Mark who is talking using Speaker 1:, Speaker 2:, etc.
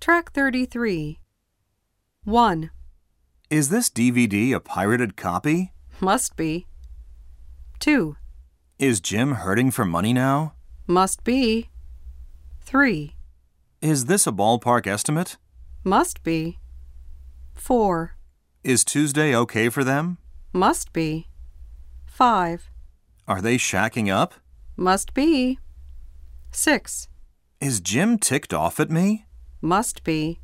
Speaker 1: Track 33. 1.
Speaker 2: Is this DVD a pirated copy?
Speaker 1: Must be. 2.
Speaker 2: Is Jim hurting for money now?
Speaker 1: Must be. 3.
Speaker 2: Is this a ballpark estimate?
Speaker 1: Must be. 4.
Speaker 2: Is Tuesday okay for them?
Speaker 1: Must be. 5.
Speaker 2: Are they shacking up?
Speaker 1: Must be. 6.
Speaker 2: Is Jim ticked off at me?
Speaker 1: Must be.